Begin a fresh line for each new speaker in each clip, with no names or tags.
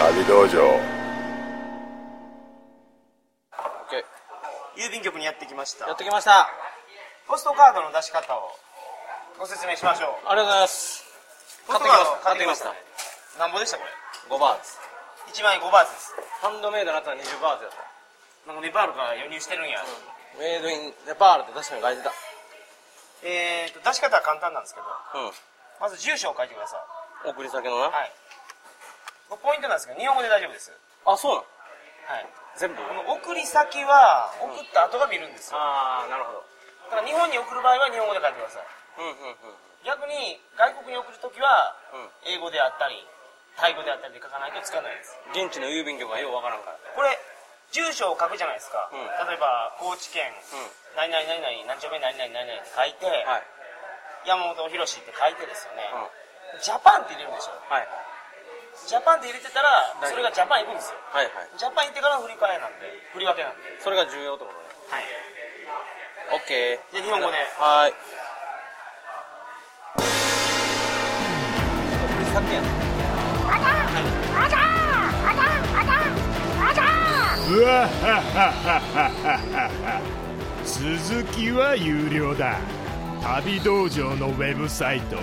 場
郵便局にやってきました
やってきましたあ
ポストカードの出し方をご説明しましょう
りがとうございます買ってきました買ってきました
なんぼでしたこれ
5バーツ
1枚5バーツです
ハンドメイドになったら20バーツやった
なんかネパールから輸入してるんや、
メイドインネパールって確かに書いてた
えーと出し方は簡単なんですけど
う
まず住所を書いてください
ん送り先のな、
はいこれポイントなんですけど日本語で大丈夫です
あそうなん
はい
全部
この送り先は送った後が見るんですよ
ああなるほど
だから日本に送る場合は日本語で書いてください
うんうんうん
逆に外国に送るときは
うん
英語であったりタイ語であったりで書かないとつかないです
現地の郵便局がようわからんから
これ住所を書くじゃないですか、
うん
例えば高知県、
ん
何々何々何丁目何々何々って書いて、
はい、
山本博士って書いてですよね
うん、、
ジャパンって入れるでしょ
はい
ジャパンって入れてたら
大丈夫
それがジャパン行くんですよ
はいはい
ジャパン行ってから振り替えなんで振り分けなんで
それが重要ってことね
はい
オッケー
で日本語で
はーい送り先やな
うわははははは続きは有料だ旅道場のウェブサイト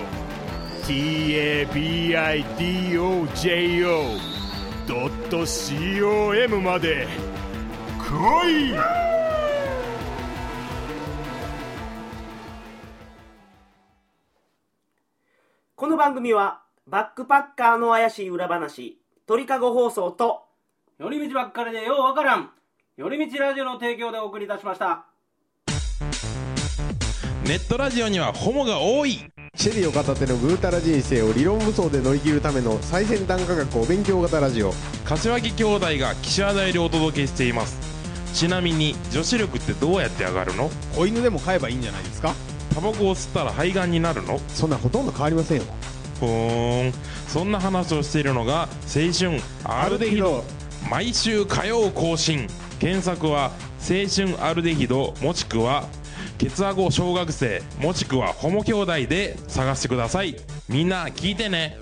tabidojo.com まで来い
この番組は、バックパッカーの怪しい裏話、鳥かご放送と、
寄り道ばっかりでようわからん寄り道ラジオの提供でお送りいたしました
ネットラジオにはホモが多い
シェリーを片手のぐうたら人生を理論武装で乗り切るための最先端科学お勉強型ラジオ
柏木兄弟が岸和田よりお届けしていますちなみに女子力ってどうやって上がるの
子犬でも飼えばいいんじゃないですか
タバコを吸ったら肺がんになるの
そんなほとんど変わりませんよ
ふーんそんな話をしているのが青春アルデヒド毎週火曜更新検索は青春アルデヒドもしくはケツアゴ小学生もしくはホモ兄弟で探してくださいみんな聞いてね